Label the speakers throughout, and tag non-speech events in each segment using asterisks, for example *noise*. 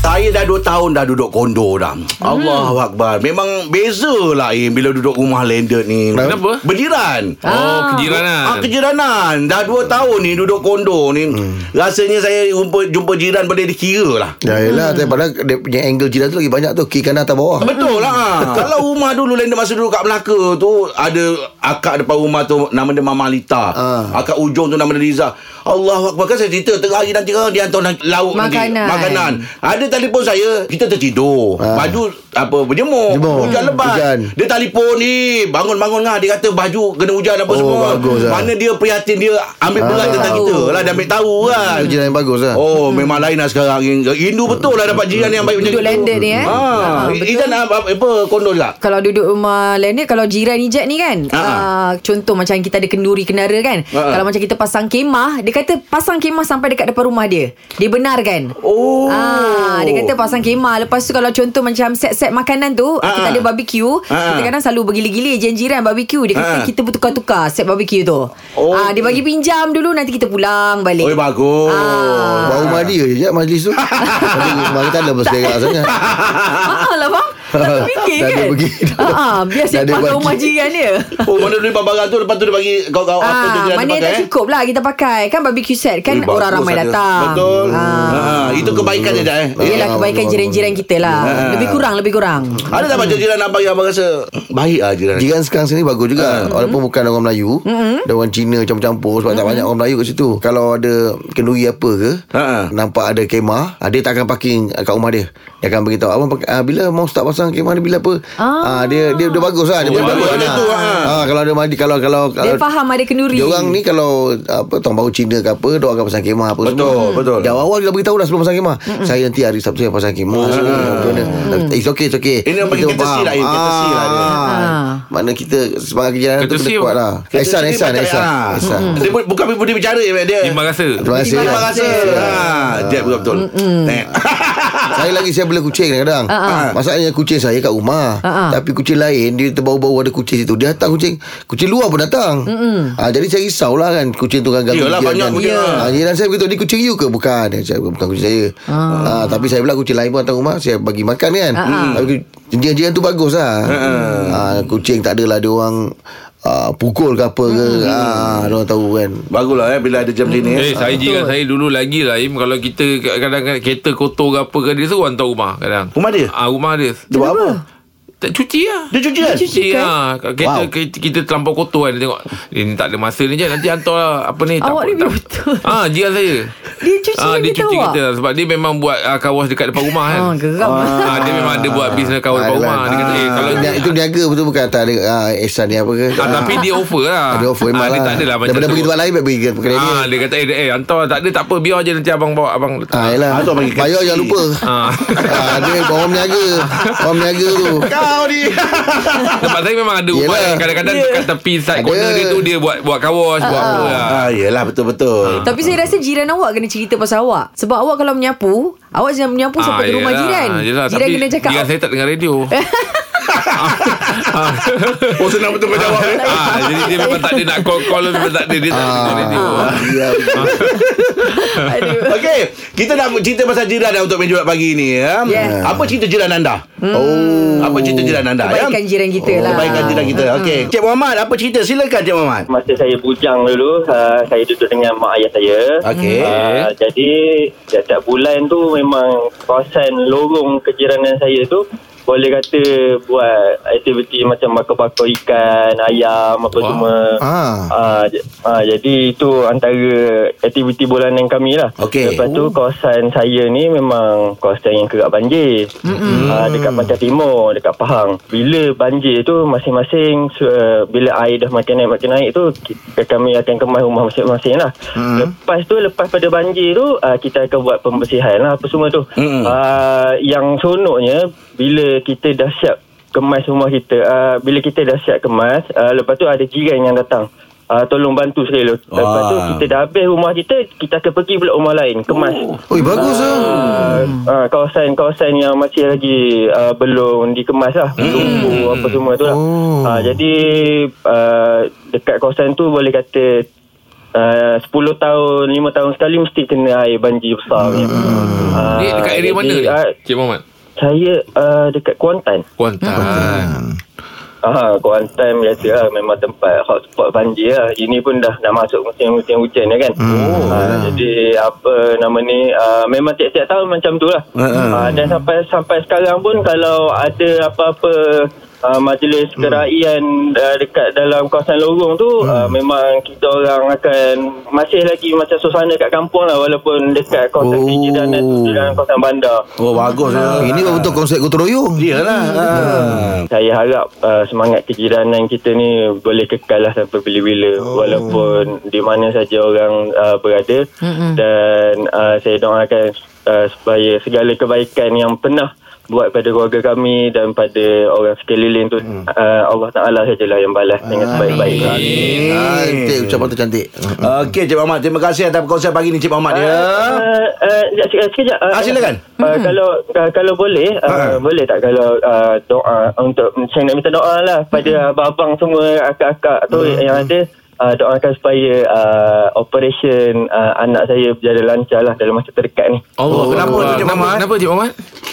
Speaker 1: Saya dah 2 tahun dah duduk kondo dah. Hmm. Allah Akbar. Memang beza lah Im bila duduk rumah landed ni.
Speaker 2: Kenapa?
Speaker 1: Berjiran.
Speaker 2: Oh, kejiranan.
Speaker 1: Ah, kejiranan. Dah 2 tahun ni duduk kondo ni. Hmm. Rasanya saya jumpa, jumpa jiran boleh dikira lah.
Speaker 2: Ya yelah hmm. Padahal dia punya angle jiran tu lagi banyak tu Kiri kanan atas bawah
Speaker 1: Betul lah ah. *laughs* Kalau rumah dulu Landed masa dulu kat Melaka tu Ada akak depan rumah tu Nama dia Mama Lita
Speaker 2: Ah.
Speaker 1: Akak ujung tu nama dia Liza Allah Akbar kan saya cerita Tengah hari nanti kan Dia hantar nanti lauk
Speaker 3: Makanan.
Speaker 1: nanti, Makanan Ada telefon saya Kita tertidur
Speaker 2: Ah.
Speaker 1: Baju apa Ha. berjemur
Speaker 2: Jemur.
Speaker 1: Hujan
Speaker 2: Hmm.
Speaker 1: lebat
Speaker 2: Hujan.
Speaker 1: Dia telefon ni Bangun-bangun lah Dia kata baju kena hujan apa
Speaker 2: Oh,
Speaker 1: semua
Speaker 2: bagus lah.
Speaker 1: Mana dia prihatin dia Ambil berat
Speaker 2: Ah.
Speaker 1: tentang kita lah Ha. Dia ambil tahu kan
Speaker 2: Itu jiran yang bagus lah
Speaker 1: Oh memang lain lah sekarang Rindu betul lah dapat jiran yang baik macam
Speaker 3: Duduk landed ni, eh?
Speaker 1: ha,
Speaker 3: Ha, betul.
Speaker 1: Izan apa, apa kondol lah
Speaker 3: Kalau duduk rumah landed Kalau jiran ijat ni kan
Speaker 1: Ha.
Speaker 3: uh, Contoh macam kita ada kenduri kenara kan
Speaker 1: Ha.
Speaker 3: Kalau macam kita pasang kemah Dia kata pasang kemah sampai dekat depan rumah dia Dia benarkan
Speaker 1: Oh.
Speaker 3: Ah, dia kata pasang kemah Lepas tu kalau contoh macam set-set makanan tu
Speaker 1: Ha.
Speaker 3: Kita ada barbecue
Speaker 1: Ha.
Speaker 3: Kita kadang selalu bergila-gila jiran-jiran barbecue Dia kata
Speaker 1: Ha.
Speaker 3: kita bertukar-tukar set barbecue tu
Speaker 1: Oh. ya,
Speaker 3: ah, Dia bagi pinjam dulu Nanti kita pulang balik *laughs*
Speaker 1: Oi bagus.
Speaker 3: Ah.
Speaker 2: Baru mandi je je majlis *laughs* tu Tapi rumah kita ada berserak sangat
Speaker 3: Ah, lah bang
Speaker 1: *laughs*
Speaker 3: Tak terfikir
Speaker 2: Dah
Speaker 3: kan
Speaker 2: dia pergi.
Speaker 3: *laughs* ah, Biar
Speaker 2: Dah dia
Speaker 3: siapa
Speaker 2: pergi.
Speaker 3: rumah jiran dia
Speaker 1: Oh mana beli barang tu lepas tu dia bagi kau kau Oh, apa tu
Speaker 3: Ah,
Speaker 1: jiran
Speaker 3: mana
Speaker 1: dia
Speaker 3: dah
Speaker 1: pakai.
Speaker 3: cukup lah kita pakai Kan barbecue set Kan
Speaker 1: Ui, Eh, bagus lah
Speaker 3: orang ramai
Speaker 1: ada.
Speaker 3: datang
Speaker 1: Betul.
Speaker 3: ah.
Speaker 1: Ha, itu kebaikan dia dah eh.
Speaker 3: Yelah
Speaker 2: Ah,
Speaker 3: kebaikan
Speaker 2: betul.
Speaker 3: jiran-jiran kita lah
Speaker 1: Hmm.
Speaker 3: Lebih kurang Lebih kurang
Speaker 1: Ada tak
Speaker 3: Hmm.
Speaker 1: macam jiran abang yang abang rasa baik ah jiran.
Speaker 2: Jiran sekarang sini bagus juga mm-hmm. Walaupun bukan orang Melayu mm-hmm. Ada orang Cina campur-campur Sebab mm-hmm. tak banyak orang Melayu kat situ Kalau ada kenduri apa ke
Speaker 1: Ha.
Speaker 2: Nampak ada kemah ah, Dia tak akan parking ah, kat rumah dia Dia akan beritahu Abang pakai, ah, bila mau start pasang kemah ni bila apa ah. dia, dia dia bagus lah Dia boleh
Speaker 1: dia
Speaker 2: bagus
Speaker 1: ada
Speaker 2: lah.
Speaker 1: tu, ha.
Speaker 2: Ah, Kalau ada mandi Kalau kalau, kalau
Speaker 3: Dia faham ada kenduri
Speaker 2: Dia orang ni kalau apa tahun baru Cina ke apa, dia orang akan pasang kemah apa
Speaker 1: Betul,
Speaker 2: semua.
Speaker 1: betul.
Speaker 2: Dah awal dia dah beritahu dah sebelum pasang kemah. Saya nanti hari Sabtu saya pasang kemah. Oh. Mana?
Speaker 1: Mm.
Speaker 2: It's okay, it's okay.
Speaker 1: Ini orang panggil
Speaker 2: Kita
Speaker 1: courtesy
Speaker 2: faham.
Speaker 1: lah, ini courtesy lah dia.
Speaker 2: Ah. Mana kita semangat kerjaan tu
Speaker 4: Courtesy
Speaker 2: kena kuat lah. Ehsan, Ehsan, Ehsan. Ehsan.
Speaker 1: Hmm. Dia bu- bukan boleh bicara eh, dia.
Speaker 4: Terima kasih.
Speaker 2: Terima kasih.
Speaker 1: ah. Terima kasih. Ha, dia betul.
Speaker 3: Hmm,
Speaker 1: Eh. *laughs*
Speaker 2: Saya lagi saya bela kucing kadang-kadang.
Speaker 1: ah.
Speaker 2: Masalahnya kucing saya kat rumah.
Speaker 3: Ah, ah.
Speaker 2: Tapi kucing lain dia terbau-bau ada kucing situ. Dia datang kucing. Kucing luar pun datang. Ha, jadi saya risaulah kan kucing tu kan ganggu.
Speaker 1: Yalah,
Speaker 2: jiran
Speaker 1: banyak
Speaker 2: kan.
Speaker 1: punya.
Speaker 2: Ha, jiran saya begitu ni kucing you ke bukan? Dia cakap bukan kucing saya. Ah. tapi saya pula kucing lain pun datang rumah saya bagi makan kan. Tapi jiran-jiran tu bagus lah. Ah, kucing tak adalah dia orang ah, pukul ke apa ke. Ah, dia orang tahu kan.
Speaker 1: Baguslah eh bila ada jam sini eh.
Speaker 4: Eh, saya jiran saya dulu lagi lah Im Kalau kita kadang-kadang kereta kotor ke apa ke Dia suruh hantar rumah kadang
Speaker 1: Rumah dia?
Speaker 4: Ah, rumah dia
Speaker 1: Dia buat apa?
Speaker 4: Tak cuci lah
Speaker 1: Dia cuci kan?
Speaker 4: cuci
Speaker 3: kan?
Speaker 4: lah Kereta,
Speaker 2: Wow.
Speaker 4: kereta kita terlampau kotor kan Dia tengok Dia ni tak ada masa ni je Nanti hantar lah Apa ni tak
Speaker 3: Awak ni
Speaker 4: tak-
Speaker 3: betul.
Speaker 4: Ah, jiran saya
Speaker 3: Dia cuci
Speaker 4: Ah, dia
Speaker 3: kereta
Speaker 4: cuci
Speaker 3: awak?
Speaker 4: kita lah Sebab dia memang buat ah, Kawas dekat depan rumah kan
Speaker 3: Ah, geram.
Speaker 4: Ah, Dia memang ada buat Bisnes kawas depan rumah Dia kata eh kalau
Speaker 2: ah, Ni- itu niaga betul bukan tak ada ah, Ehsan ni apa ke?
Speaker 4: Ah, tapi dia offer lah
Speaker 2: Ada offer memang lah.
Speaker 4: Ah, Dia tak adalah macam
Speaker 2: Daripada
Speaker 4: tu.
Speaker 2: pergi tempat lain Baik pergi kedai dia
Speaker 4: Ah, dia kata eh, eh hantar tak ada tak apa biar je nanti abang bawa abang letak.
Speaker 2: Ah,
Speaker 1: Ah,
Speaker 2: yelah
Speaker 1: tu abang pergi
Speaker 2: Bayar
Speaker 1: kecil.
Speaker 2: jangan lupa
Speaker 4: Ah.
Speaker 2: ah, Dia orang meniaga Orang meniaga
Speaker 4: *laughs*
Speaker 2: tu
Speaker 1: Kau ni.
Speaker 4: Tempat saya memang ada rumah
Speaker 2: Yelah.
Speaker 4: yang kadang-kadang dekat tepi side
Speaker 2: Ada.
Speaker 4: corner dia tu dia buat buat kawas, buat apa lah.
Speaker 1: *laughs* Ah, yelah
Speaker 4: Ah.
Speaker 1: betul-betul.
Speaker 3: Tapi saya rasa jiran awak kena cerita pasal awak Sebab awak kalau menyapu Awak jangan menyapu
Speaker 4: Ah,
Speaker 3: sampai ke rumah
Speaker 4: yelah,
Speaker 3: jiran
Speaker 4: yelah.
Speaker 3: Jiran
Speaker 4: Tapi
Speaker 3: kena cakap
Speaker 4: Jiran saya tak dengar
Speaker 3: *laughs*
Speaker 4: radio. Ah.
Speaker 1: Oh senang betul kau jawab. eh.
Speaker 4: Ah, jadi dia memang tak ada nak call-call memang tak ada
Speaker 2: Ah,
Speaker 4: dia tak dengar radio. Ah.
Speaker 2: Ya,
Speaker 3: Aduh.
Speaker 1: Okey, kita dah cerita pasal jiran dah untuk meja bulat pagi ni ya.
Speaker 3: Yeah.
Speaker 1: Apa cerita jiran anda? Oh, apa cerita jiran anda?
Speaker 3: Hmm.
Speaker 1: ya?
Speaker 3: Kebaikan jiran kita lah.
Speaker 1: Kebaikan jiran kita. Okey, Cik Muhammad, apa cerita? Silakan Cik Muhammad.
Speaker 5: masa saya bujang dulu uh, saya duduk dengan mak ayah saya
Speaker 1: Okey.
Speaker 5: uh, jadi setiap bulan tu memang kawasan lorong kejiranan saya tu boleh kata buat aktiviti macam bakar-bakar ikan, ayam apa
Speaker 4: Wah.
Speaker 5: wow. semua.
Speaker 2: Ah.
Speaker 5: Ah, j- ah, jadi itu antara aktiviti bulanan kami lah.
Speaker 1: Okey.
Speaker 5: Lepas tu kawasan saya ni memang kawasan yang kerap banjir. Mm-hmm. Uh, dekat Pantai Timur, dekat Pahang. Bila banjir tu masing-masing uh, bila air dah makin naik makin naik tu kita, kami akan kemas rumah masing-masing lah. Mm-hmm. Lepas tu lepas pada banjir tu uh, kita akan buat pembersihan lah apa semua tu.
Speaker 1: Mm-mm.
Speaker 5: Mm-hmm. Uh, yang sonoknya bila kita dah siap kemas rumah kita uh, bila kita dah siap kemas uh, lepas tu ada jiran yang datang uh, tolong bantu sekali lepas
Speaker 1: Wah.
Speaker 5: tu kita dah habis rumah kita kita akan pergi pula rumah lain kemas
Speaker 2: Oi bagus ah.
Speaker 5: Uh, uh, kawasan-kawasan yang masih lagi uh, belum dikemas lah Lumpur apa semua tu lah ah,
Speaker 2: Oh.
Speaker 5: uh, Jadi uh, Dekat kawasan tu boleh kata uh, 10 tahun 5 tahun sekali mesti kena air banjir besar hmm. uh,
Speaker 4: Ni dekat area mana ni?
Speaker 5: uh,
Speaker 4: Cik Muhammad.
Speaker 5: saya uh, dekat Kuantan
Speaker 4: Kuantan.
Speaker 5: Ah, Kuantan biasa lah memang tempat hotspot banjir lah. Ini pun dah dah masuk musim-musim hujan dah kan. Oh, ah, jadi apa nama ni ah, memang tiap-tiap tahun macam tu lah. Ah, dan sampai sampai sekarang pun kalau ada apa-apa ah, majlis keraian ah, dekat dalam kawasan lorong tu ah, memang kita orang akan masih lagi macam suasana kat kampung lah walaupun dekat
Speaker 1: Oh.
Speaker 5: kawasan oh. dan dan kawasan bandar.
Speaker 1: Oh bagus lah.
Speaker 2: Ini memang betul konsep gotong royong. Hmm.
Speaker 1: Iyalah. Ha.
Speaker 5: saya harap uh, semangat kejiranan kita ni boleh kekal lah sampai bila-bila oh. walaupun di mana saja orang uh, berada mm dan uh, saya doakan uh, supaya segala kebaikan yang pernah buat pada keluarga kami dan pada orang sekeliling tu mm. uh, Allah Ta'ala sajalah yang balas dengan sebaik-baiknya
Speaker 4: Eh,
Speaker 2: Cantik ucapan tu cantik.
Speaker 1: Ah, Okey Cik Muhammad Terima kasih atas konsep pagi ni Cik Muhammad ya.
Speaker 5: Uh, uh, sekejap, sekejap, sekejap. Uh,
Speaker 1: Ah, silakan.
Speaker 5: Uh, hmm. Kalau uh, kalau boleh, uh,
Speaker 1: Ha.
Speaker 5: boleh tak kalau uh, doa untuk saya nak minta doa lah pada abang-abang semua, akak-akak tu yang ada. Uh, doakan supaya uh, operation uh, anak saya berjalan lancar lah dalam masa terdekat ni.
Speaker 4: Allah.
Speaker 1: kenapa tu, Cik
Speaker 4: kenapa-
Speaker 1: Muhammad?
Speaker 4: Kenapa Cik Muhammad?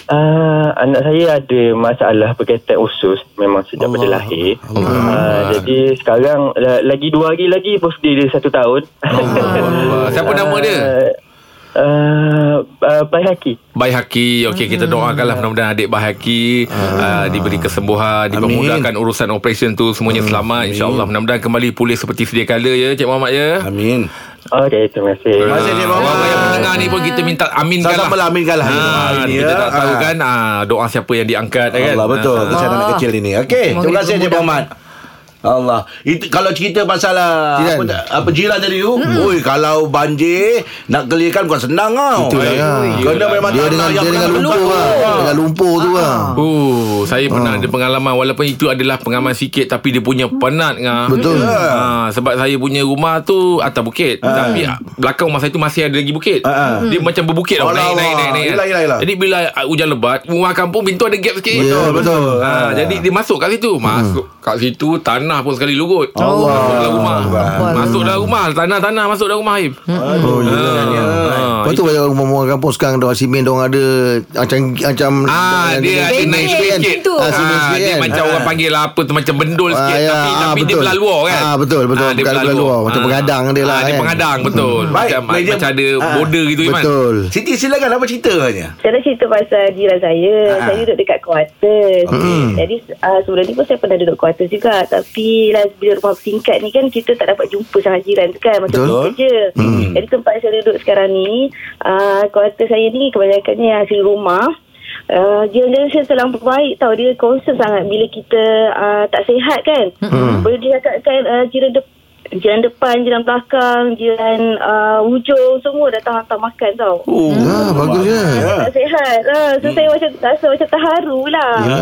Speaker 5: Uh, anak saya ada masalah berkaitan usus memang sejak Allah. pada lahir. Allah. Uh, jadi sekarang uh, lagi dua hari lagi birthday dia satu tahun.
Speaker 4: Allah. Siapa nama dia?
Speaker 5: Uh, uh, uh, Bayhaki.
Speaker 4: Baik Haki Okey kita
Speaker 1: Hmm.
Speaker 4: doakanlah Mudah-mudahan adik Baik Haki
Speaker 1: Ah.
Speaker 4: uh, Diberi kesembuhan Dipermudahkan urusan operasi tu Semuanya
Speaker 1: Hmm.
Speaker 4: selamat InsyaAllah Mudah-mudahan kembali pulih Seperti sedia kala ya Cik Muhammad ya
Speaker 1: Amin
Speaker 5: Okey, terima kasih.
Speaker 1: Terima kasih Cik
Speaker 4: Orang yang
Speaker 1: Muhammad
Speaker 4: mendengar ni pun Kita minta aminkan lah
Speaker 1: Sama-sama lah ya. Amin kalah
Speaker 4: Ha, kita tak tahu kan ah, doa siapa yang diangkat kan.
Speaker 1: Allah betul
Speaker 4: Ah.
Speaker 1: Kesian anak kecil ini Okey
Speaker 3: Semoga
Speaker 1: Terima kasih Cik
Speaker 3: dipermudahkan.
Speaker 1: Muhammad Allah Itu, Kalau cerita masalah
Speaker 2: Jiran.
Speaker 1: Apa, apa jiran tadi tu hmm. Ui kalau banjir Nak clearkan bukan senang tau
Speaker 2: Betul lah, ya.
Speaker 1: Kena Ah.
Speaker 4: Yelah.
Speaker 1: memang
Speaker 2: Dia
Speaker 1: tanah
Speaker 2: dengan
Speaker 1: yang
Speaker 2: dia dengan
Speaker 1: benar-benar
Speaker 2: lumpur
Speaker 1: lumpur.
Speaker 2: lah. Dengan lumpur tu lah.
Speaker 4: Oh, saya pernah ada pengalaman walaupun itu adalah pengalaman sikit tapi dia punya penat ngah.
Speaker 2: Betul.
Speaker 4: Ha, sebab saya punya rumah tu atas bukit ha. tapi ah, belakang rumah saya tu masih ada lagi bukit.
Speaker 1: Ah, ah.
Speaker 4: Dia macam berbukit tau,
Speaker 1: Alah,
Speaker 4: naik, naik
Speaker 1: alah.
Speaker 4: naik naik. kan.
Speaker 1: Yelah, yelah, yelah.
Speaker 4: Jadi bila ah, hujan lebat, rumah kampung pintu ada gap sikit.
Speaker 2: Ya, betul.
Speaker 4: Ha, jadi dia masuk kat situ. Masuk kat situ tanah pun sekali lugut. Allah. Masuk dalam rumah. Masuk dalam rumah, tanah-tanah masuk dalam rumah Ah, Haim.
Speaker 2: Hmm.
Speaker 1: Oh, ya.
Speaker 4: Ha.
Speaker 2: Lepas tu banyak orang rumah kampung sekarang Dia simen dia orang ada Macam macam
Speaker 4: Ah dia ada
Speaker 3: Bendel
Speaker 4: naik sikit.
Speaker 3: tu.
Speaker 4: Ah,
Speaker 2: Ah, simen sikit
Speaker 4: dia
Speaker 2: kan.
Speaker 4: macam orang panggil lah apa tu macam bendul
Speaker 2: Ah,
Speaker 4: sikit
Speaker 2: ya,
Speaker 4: tapi
Speaker 2: ah,
Speaker 4: tapi dia
Speaker 2: betul.
Speaker 4: belah luar kan.
Speaker 2: Ah, betul, betul.
Speaker 4: dia
Speaker 2: Bukan
Speaker 4: belah
Speaker 2: belah luar. Macam pengadang dia lah,
Speaker 4: Ah, Dia
Speaker 2: kan.
Speaker 4: pengadang betul.
Speaker 1: Baik,
Speaker 4: Macam
Speaker 1: media-
Speaker 4: macam ada
Speaker 1: Ah.
Speaker 4: border gitu Iman.
Speaker 2: Betul
Speaker 1: Siti silakan apa ceritanya
Speaker 6: Saya nak cerita pasal jiran saya.
Speaker 1: Ah.
Speaker 6: Ha. Saya duduk dekat kuarter.
Speaker 1: Okey.
Speaker 6: Jadi uh, sebelum ni pun saya pernah duduk kuarter juga. Tapi lah bila rumah singkat ni kan kita tak dapat jumpa sangat jiran tu kan. Macam
Speaker 2: Betul.
Speaker 6: Betul. kerja. Hmm. Jadi tempat saya duduk sekarang ni, uh, kuarter saya ni kebanyakannya hasil rumah. Uh, jiran-jiran saya terlalu baik tau Dia concern sangat Bila kita uh, tak sihat kan hmm. Boleh dikatakan uh, jiran depan Jiran depan, jiran belakang, jiran uh, hujung Semua datang hantar makan tau
Speaker 1: Oh,
Speaker 2: Ah, Hmm. bagus je.
Speaker 6: tak sihat lah. So saya macam rasa macam terharu lah.
Speaker 2: Ya.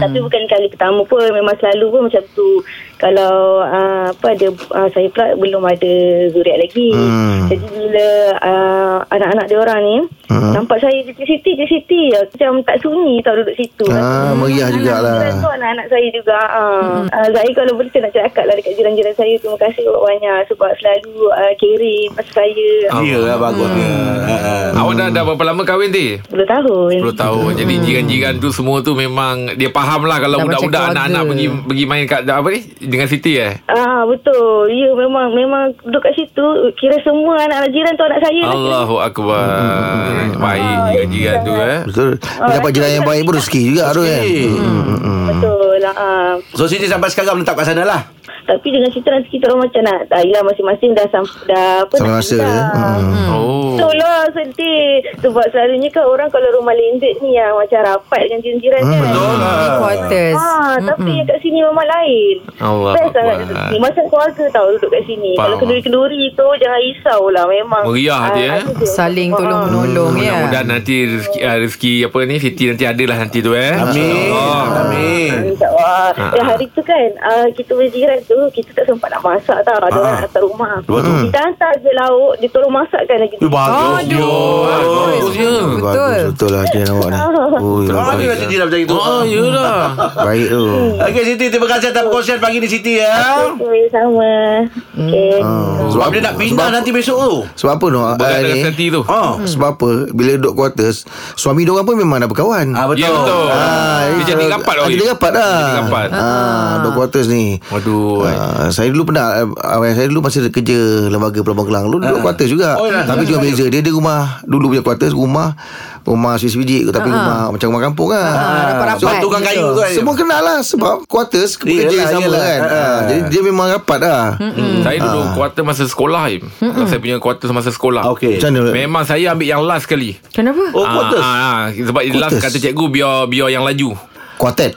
Speaker 6: Tapi bukan kali pertama pun memang selalu pun macam tu. Kalau uh, apa ada uh, saya pula belum ada zuriat lagi.
Speaker 2: Hmm.
Speaker 6: Jadi bila uh, anak-anak dia orang ni
Speaker 2: Hmm.
Speaker 6: nampak saya di Siti, di Siti macam tak sunyi tau duduk situ.
Speaker 2: Ah, meriah jugalah.
Speaker 6: Jiran tu anak-anak saya juga. Uh. Uh, saya kalau boleh saya nak cakap lah dekat jiran-jiran saya terima kasih banyak sebab selalu uh, caring pasal saya.
Speaker 4: Ah.
Speaker 1: Ya lah bagusnya
Speaker 2: Mm.
Speaker 1: Ah, ah.
Speaker 4: Awak dah dah berapa lama kahwin ti?
Speaker 6: 10 tahun.
Speaker 4: 10 tahun. Jadi
Speaker 2: hmm.
Speaker 4: jiran-jiran tu semua tu memang dia faham lah kalau
Speaker 3: Dah macam
Speaker 4: budak-budak
Speaker 3: keluarga.
Speaker 4: anak-anak pergi pergi main kat apa ni? Dengan Siti eh.
Speaker 6: Ah betul. Ya memang memang duduk kat situ kira semua anak-anak jiran tu anak saya. lah.
Speaker 4: Allahu akbar.
Speaker 2: Hmm,
Speaker 4: Baik jiran-jiran tu eh.
Speaker 2: Betul Dapat jiran yang baik pun rezeki juga tu kan
Speaker 6: Betul. Ah.
Speaker 1: So Siti sampai sekarang Menetap kat sana lah
Speaker 6: Tapi dengan cerita nanti kita orang macam nak ah, yelah masing-masing dah sam, dah apa
Speaker 2: Sama
Speaker 6: nak
Speaker 2: rasa
Speaker 4: ya?
Speaker 6: pindah.
Speaker 2: je. Hmm.
Speaker 4: Oh.
Speaker 6: Betul lah sedih Sebab selalunya kan orang Kalau rumah lendik ni Yang macam rapat dengan jiran-jiran
Speaker 4: Hmm,
Speaker 6: kan
Speaker 1: Betul lah
Speaker 3: Quarters.
Speaker 6: Ah, tapi yang kat sini memang lain.
Speaker 4: Allah
Speaker 6: Best sangat
Speaker 4: Hmm. Akbar.
Speaker 6: duduk sini. Masa keluarga tau duduk kat sini.
Speaker 4: Faham.
Speaker 6: Kalau kenduri-kenduri tu jangan risau lah memang.
Speaker 4: Meriah
Speaker 6: ah,
Speaker 4: dia, eh?
Speaker 6: ada je.
Speaker 3: Saling
Speaker 6: Ah.
Speaker 3: tolong-menolong ya.
Speaker 4: Mudah-mudahan nanti rezeki, ah, rezeki apa ni Siti nanti adalah nanti tu eh.
Speaker 1: Amin
Speaker 4: InsyaAllah.
Speaker 1: Amin
Speaker 6: InsyaAllah.
Speaker 7: Ah,
Speaker 4: Ah,
Speaker 7: eh, hari tu kan ah, kita berjiran tu kita tak sempat nak masak tau. Ada orang
Speaker 1: Ah.
Speaker 7: hantar rumah.
Speaker 1: Lepas tu?
Speaker 7: Kita hantar je lauk dia tolong masakkan lagi.
Speaker 1: Eh, bagusnya.
Speaker 4: Oh, Bagusnya.
Speaker 2: Bagus betul lah Jiran awak ni Ui,
Speaker 1: Ah, dia
Speaker 2: baik,
Speaker 1: kata jiran macam itu.
Speaker 2: Oh,
Speaker 4: Ah,
Speaker 2: ya.
Speaker 4: yelah.
Speaker 2: baik tu
Speaker 4: Hmm.
Speaker 1: Okey Siti, terima kasih atas perkongsian pagi ni Siti ya.
Speaker 7: Okey, sama. Okey.
Speaker 2: Ah.
Speaker 1: Sebab dia nak pindah
Speaker 2: sebab-
Speaker 1: nanti besok tu.
Speaker 2: Sebab apa Noah
Speaker 4: Berat dengan
Speaker 2: ni eh?
Speaker 4: senti tu.
Speaker 1: Ha.
Speaker 2: Sebab apa Bila duduk quarters Suami diorang pun memang dah berkawan
Speaker 1: Ah
Speaker 4: Ya, betul.
Speaker 2: Ah,
Speaker 4: Dia jadi rapat lah,
Speaker 2: Jadi
Speaker 4: Wahid.
Speaker 2: rapat lah
Speaker 4: Jadi rapat.
Speaker 2: ah, Dua quarters ni
Speaker 4: Waduh.
Speaker 2: Ah, saya dulu pernah ah, Saya dulu masa kerja Lembaga Pelabuhan Kelang Dulu duduk quarters juga
Speaker 1: Oh, ya.
Speaker 2: Tapi cuma beza Dia ada rumah Dulu punya quarters Rumah Rumah sebiji Tapi
Speaker 1: Ah.
Speaker 2: rumah Macam rumah kampung kan
Speaker 3: rapat-rapat.
Speaker 1: Sebab tukang kayu tu. kan.
Speaker 2: Semua kenal lah Sebab quarters Kerja
Speaker 1: Yelah,
Speaker 2: sama
Speaker 1: yelah.
Speaker 2: kan
Speaker 1: Ah.
Speaker 2: Ah, Jadi dia memang rapat lah
Speaker 4: Hmm. Saya duduk kuarter masa sekolah Im. Saya punya kuarter masa sekolah.
Speaker 1: Okey.
Speaker 2: Macam mana
Speaker 4: Memang saya ambil yang last sekali.
Speaker 3: Kenapa?
Speaker 1: Oh,
Speaker 4: Ah,
Speaker 1: quarters.
Speaker 4: ah, ah. sebab quarters. last
Speaker 2: Quarters.
Speaker 4: kata cikgu biar biar yang laju.
Speaker 2: Quartet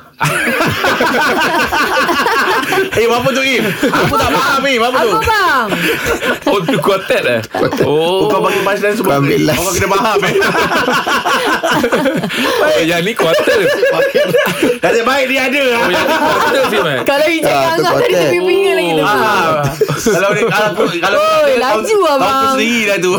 Speaker 1: Eh, apa tu Im? Aku tak faham Im, apa tu?
Speaker 3: Apa bang?
Speaker 4: Oh tu quartet eh.
Speaker 1: Oh,
Speaker 4: Oh.
Speaker 1: kau bagi pas dan
Speaker 2: Kau
Speaker 1: semua.
Speaker 2: ambil last.
Speaker 1: Orang kena faham *laughs* eh.
Speaker 4: Eh, yang ni quarter.
Speaker 1: Nasib baik dia ada. ah.
Speaker 4: Oh, yang ni eh? quarter sih, man.
Speaker 3: Kalau hijab
Speaker 2: Ah,
Speaker 3: ah,
Speaker 2: tu
Speaker 3: angah tadi
Speaker 2: kotek.
Speaker 3: tepi pinggir lagi tu.
Speaker 1: Ah, kalau dia kalau aku- kalau
Speaker 3: Oi,
Speaker 1: dia-
Speaker 3: laju,
Speaker 1: tahu-
Speaker 3: abang.
Speaker 1: Tahu sendiri dah tu. *laughs*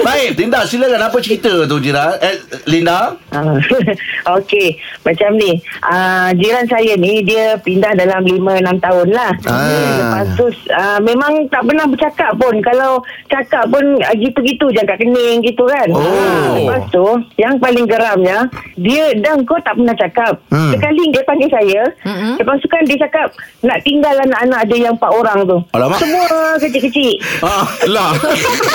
Speaker 1: Baik, Linda silakan apa cerita tu Jira? Eh, Linda?
Speaker 6: Ah, *laughs* Okey, macam ni. Uh, jiran saya ni dia pindah dalam 5-6 tahun lah.
Speaker 2: Ah.
Speaker 6: Lepas tu uh, memang tak pernah bercakap pun. Kalau cakap pun ah, gitu-gitu je angkat kening gitu kan.
Speaker 2: Oh.
Speaker 6: Ah, Lepas tu yang paling geramnya dia dan kau tak pernah cakap.
Speaker 2: Hmm.
Speaker 6: Sekali dia panggil saya.
Speaker 3: Mm-mm.
Speaker 6: Lepas tu kan dia cakap nak tinggal anak-anak dia yang 4 orang tu.
Speaker 1: Alamak.
Speaker 6: Semua kecil-kecil.
Speaker 2: *laughs*
Speaker 1: Ah,
Speaker 4: Lah.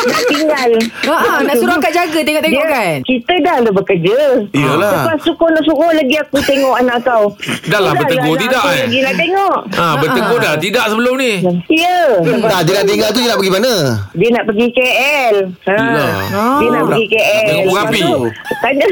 Speaker 6: nak tinggal.
Speaker 3: Ha, ha, nak suruh angkat jaga tengok-tengok
Speaker 6: Dia-
Speaker 3: kan.
Speaker 6: Kita dah lah bekerja
Speaker 1: Iyalah.
Speaker 6: Lepas tu kau nak suruh lagi aku tengok anak kau
Speaker 4: *laughs* Dah lah bertegur
Speaker 6: anak
Speaker 4: tidak,
Speaker 6: aku
Speaker 4: eh?
Speaker 6: Lagi nak tengok
Speaker 4: Ah, bertegur dah tidak sebelum ni.
Speaker 6: Ya
Speaker 2: Nah, Ah, dia nak tinggal tu Dia nak pergi mana
Speaker 6: Dia nak pergi KL ha. Dia nak pergi KL
Speaker 4: tengok orang
Speaker 6: Lepas
Speaker 4: api.
Speaker 6: tu, Tanya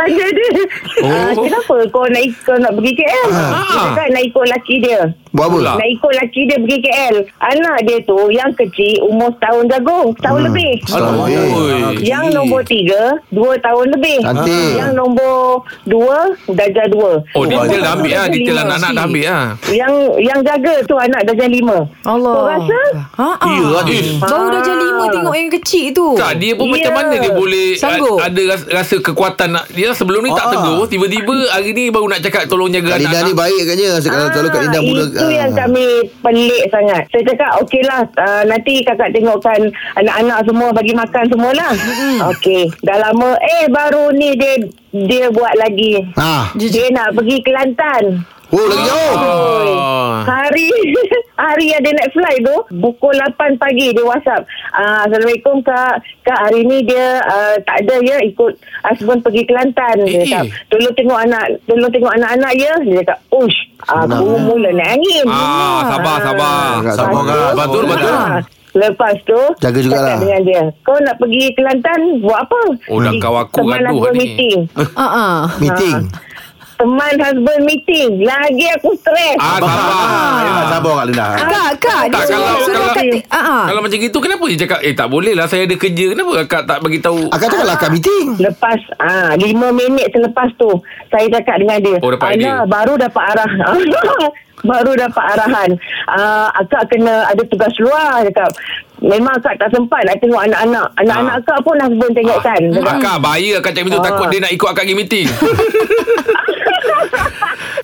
Speaker 6: Tanya dia *laughs*
Speaker 4: Oh. Ah.
Speaker 6: ah, Kenapa kau nak, ik- kau nak pergi KL Dia cakap nak ikut laki dia
Speaker 2: Buat apa
Speaker 4: Lah.
Speaker 6: nak ikut laki dia pergi KL Anak dia tu Yang kecil Umur setahun jagung
Speaker 4: Hmm.
Speaker 6: Setahun lebih
Speaker 2: Setahun
Speaker 4: Oi. Ah,
Speaker 2: lebih.
Speaker 6: Yang nombor tiga Dua tahun lebih Ah.
Speaker 2: Cantik.
Speaker 6: Yang nombor Dua Darjah dua
Speaker 4: Oh, detail dah
Speaker 6: Yang
Speaker 4: ambil
Speaker 6: nombor
Speaker 4: ah,
Speaker 6: darjah
Speaker 4: detail
Speaker 6: lima.
Speaker 4: anak-anak dah ambil ah.
Speaker 6: Yang yang jaga tu Anak darjah lima
Speaker 3: Allah.
Speaker 6: Kau rasa
Speaker 3: Ha, ha. Ah.
Speaker 1: Ya, Adik.
Speaker 3: Baru dah jam lima tengok yang kecil tu.
Speaker 4: Tak, dia pun
Speaker 6: Ya.
Speaker 4: yeah. macam mana dia boleh
Speaker 3: Oh. Sanggup.
Speaker 4: a- ada ras- rasa kekuatan nak dia sebelum ni
Speaker 1: Ah.
Speaker 4: tak tegur, tiba-tiba hari ni baru nak cakap tolong jaga
Speaker 2: Kak Linda ni
Speaker 4: anak.
Speaker 2: baik katnya Sekarang kalau Kak Linda Ah. muda
Speaker 6: Ah, Itu yang kami pelik sangat Saya cakap Okeylah uh, Nanti kakak tengokkan Anak-anak semua Bagi makan semualah Okey Dah lama Eh baru ni dia Dia buat lagi
Speaker 2: Ah.
Speaker 6: Dia nak pergi Kelantan
Speaker 2: Oh lagi jauh
Speaker 4: Ah.
Speaker 6: Hari *laughs* Hari yang dia naik flight tu Pukul 8 pagi Dia whatsapp uh, Assalamualaikum kak Kak hari ni dia uh, Tak ada ya Ikut Asbun pergi Kelantan Dia
Speaker 4: Eh.
Speaker 6: cakap Tolong tengok anak Tolong tengok anak-anak ya Dia cakap Ush ah, Aku mula naik angin
Speaker 4: Ah, sabar, sabar.
Speaker 2: Agak
Speaker 1: Sabar, eh.
Speaker 2: sama.
Speaker 1: Kak.
Speaker 4: Betul, betul.
Speaker 6: Ah. Lepas tu
Speaker 2: Jaga jugalah.
Speaker 6: cakap dengan dia Kau nak pergi Kelantan Buat apa
Speaker 4: Oh, dah kau aku
Speaker 6: Teman
Speaker 4: gaduh
Speaker 6: aku
Speaker 4: ni.
Speaker 6: meeting
Speaker 4: *laughs*
Speaker 3: Ha, ha.
Speaker 2: Meeting
Speaker 6: Teman husband meeting Lagi aku stres
Speaker 4: Ah, sabar.
Speaker 2: Ya,
Speaker 1: Ah, sabar Kak Linda.
Speaker 3: Kak, kak, dia
Speaker 4: Tak
Speaker 3: suruh,
Speaker 4: kalau
Speaker 3: suruh
Speaker 4: kalau,
Speaker 3: angkat. te- Ha, ha.
Speaker 4: kalau macam gitu kenapa dia cakap eh tak boleh lah saya ada kerja kenapa akak tak bagi tahu
Speaker 2: Akak takkanlah Kak kan lah, meeting
Speaker 6: Lepas ah lima minit selepas tu saya cakap dengan dia.
Speaker 4: Oh, dapat idea.
Speaker 6: Alah, baru dapat arah. *laughs* baru dapat arahan. Ah akak kena ada tugas luar cakap. Memang akak tak sempat nak tengok anak-anak. Anak-anak
Speaker 4: Ah.
Speaker 6: akak pun husband tengokkan.
Speaker 4: Ah,
Speaker 6: Cakap,
Speaker 4: Akak bahaya akak cakap begitu
Speaker 6: Ah.
Speaker 4: takut dia nak ikut akak pergi meeting.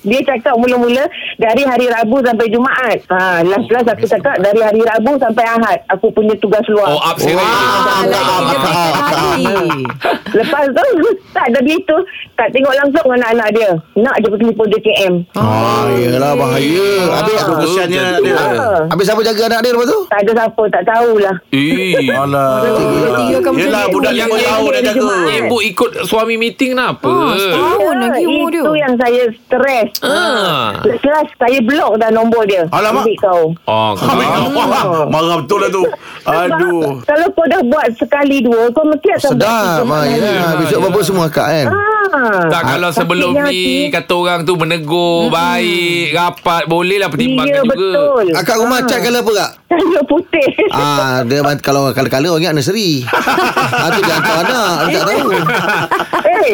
Speaker 6: Dia cakap mula-mula dari hari Rabu sampai Jumaat. Ha, last-last aku cakap dari hari Rabu sampai Ahad. Aku punya tugas luar.
Speaker 4: Oh, up sini.
Speaker 3: Ah, lagi dia pakai lagi.
Speaker 6: Lepas tu *laughs* Tak ada dia tu Tak tengok langsung Anak-anak dia Nak je pergi pun dia KM
Speaker 2: Ah, yelah
Speaker 1: Ya,
Speaker 2: bahaya. Habis
Speaker 1: Kesiannya
Speaker 4: Ya.
Speaker 1: dia.
Speaker 6: Ah,
Speaker 2: habis siapa jaga anak dia lepas tu?
Speaker 6: Tak ada siapa Tak tahulah
Speaker 4: Eh.
Speaker 1: Alah.
Speaker 3: tiga kan macam
Speaker 1: Yelah,
Speaker 3: ni.
Speaker 1: budak lima
Speaker 4: Yang- yang-
Speaker 1: tahun dah
Speaker 6: yang-
Speaker 1: jaga.
Speaker 6: yang-
Speaker 1: *laughs*
Speaker 4: Ibu ikut suami meeting kenapa?
Speaker 3: Ah, setahun
Speaker 6: Ya,
Speaker 3: lagi umur dia.
Speaker 6: Itu yang saya stres
Speaker 4: Ah.
Speaker 6: Lepas saya blok dah nombor dia
Speaker 1: Alamak.
Speaker 6: Ambil kau
Speaker 4: Oh,
Speaker 1: Habis kau marah. Marah betul lah tu. Aduh.
Speaker 6: *laughs* Kalau kau dah buat sekali dua Kau mesti akan buat
Speaker 2: Sedap.
Speaker 6: tiga
Speaker 2: Ah,
Speaker 6: kali.
Speaker 2: ya. Besok apa semua akak kan?
Speaker 6: Ah,
Speaker 4: Tak kalau sebelum ni kan kata orang tu menegur baik, rapat, bolehlah
Speaker 6: Ya
Speaker 4: pertimbangkan juga.
Speaker 6: betul Ah.
Speaker 2: Akak rumah cat
Speaker 6: *laughs*
Speaker 2: colour apa kak?
Speaker 6: Saya putih
Speaker 2: Ah, dia mat- kalau kala-kala orang ingat nursery. ah, tu dia hantar anak, dia tak *laughs* tahu.
Speaker 6: *laughs* Eh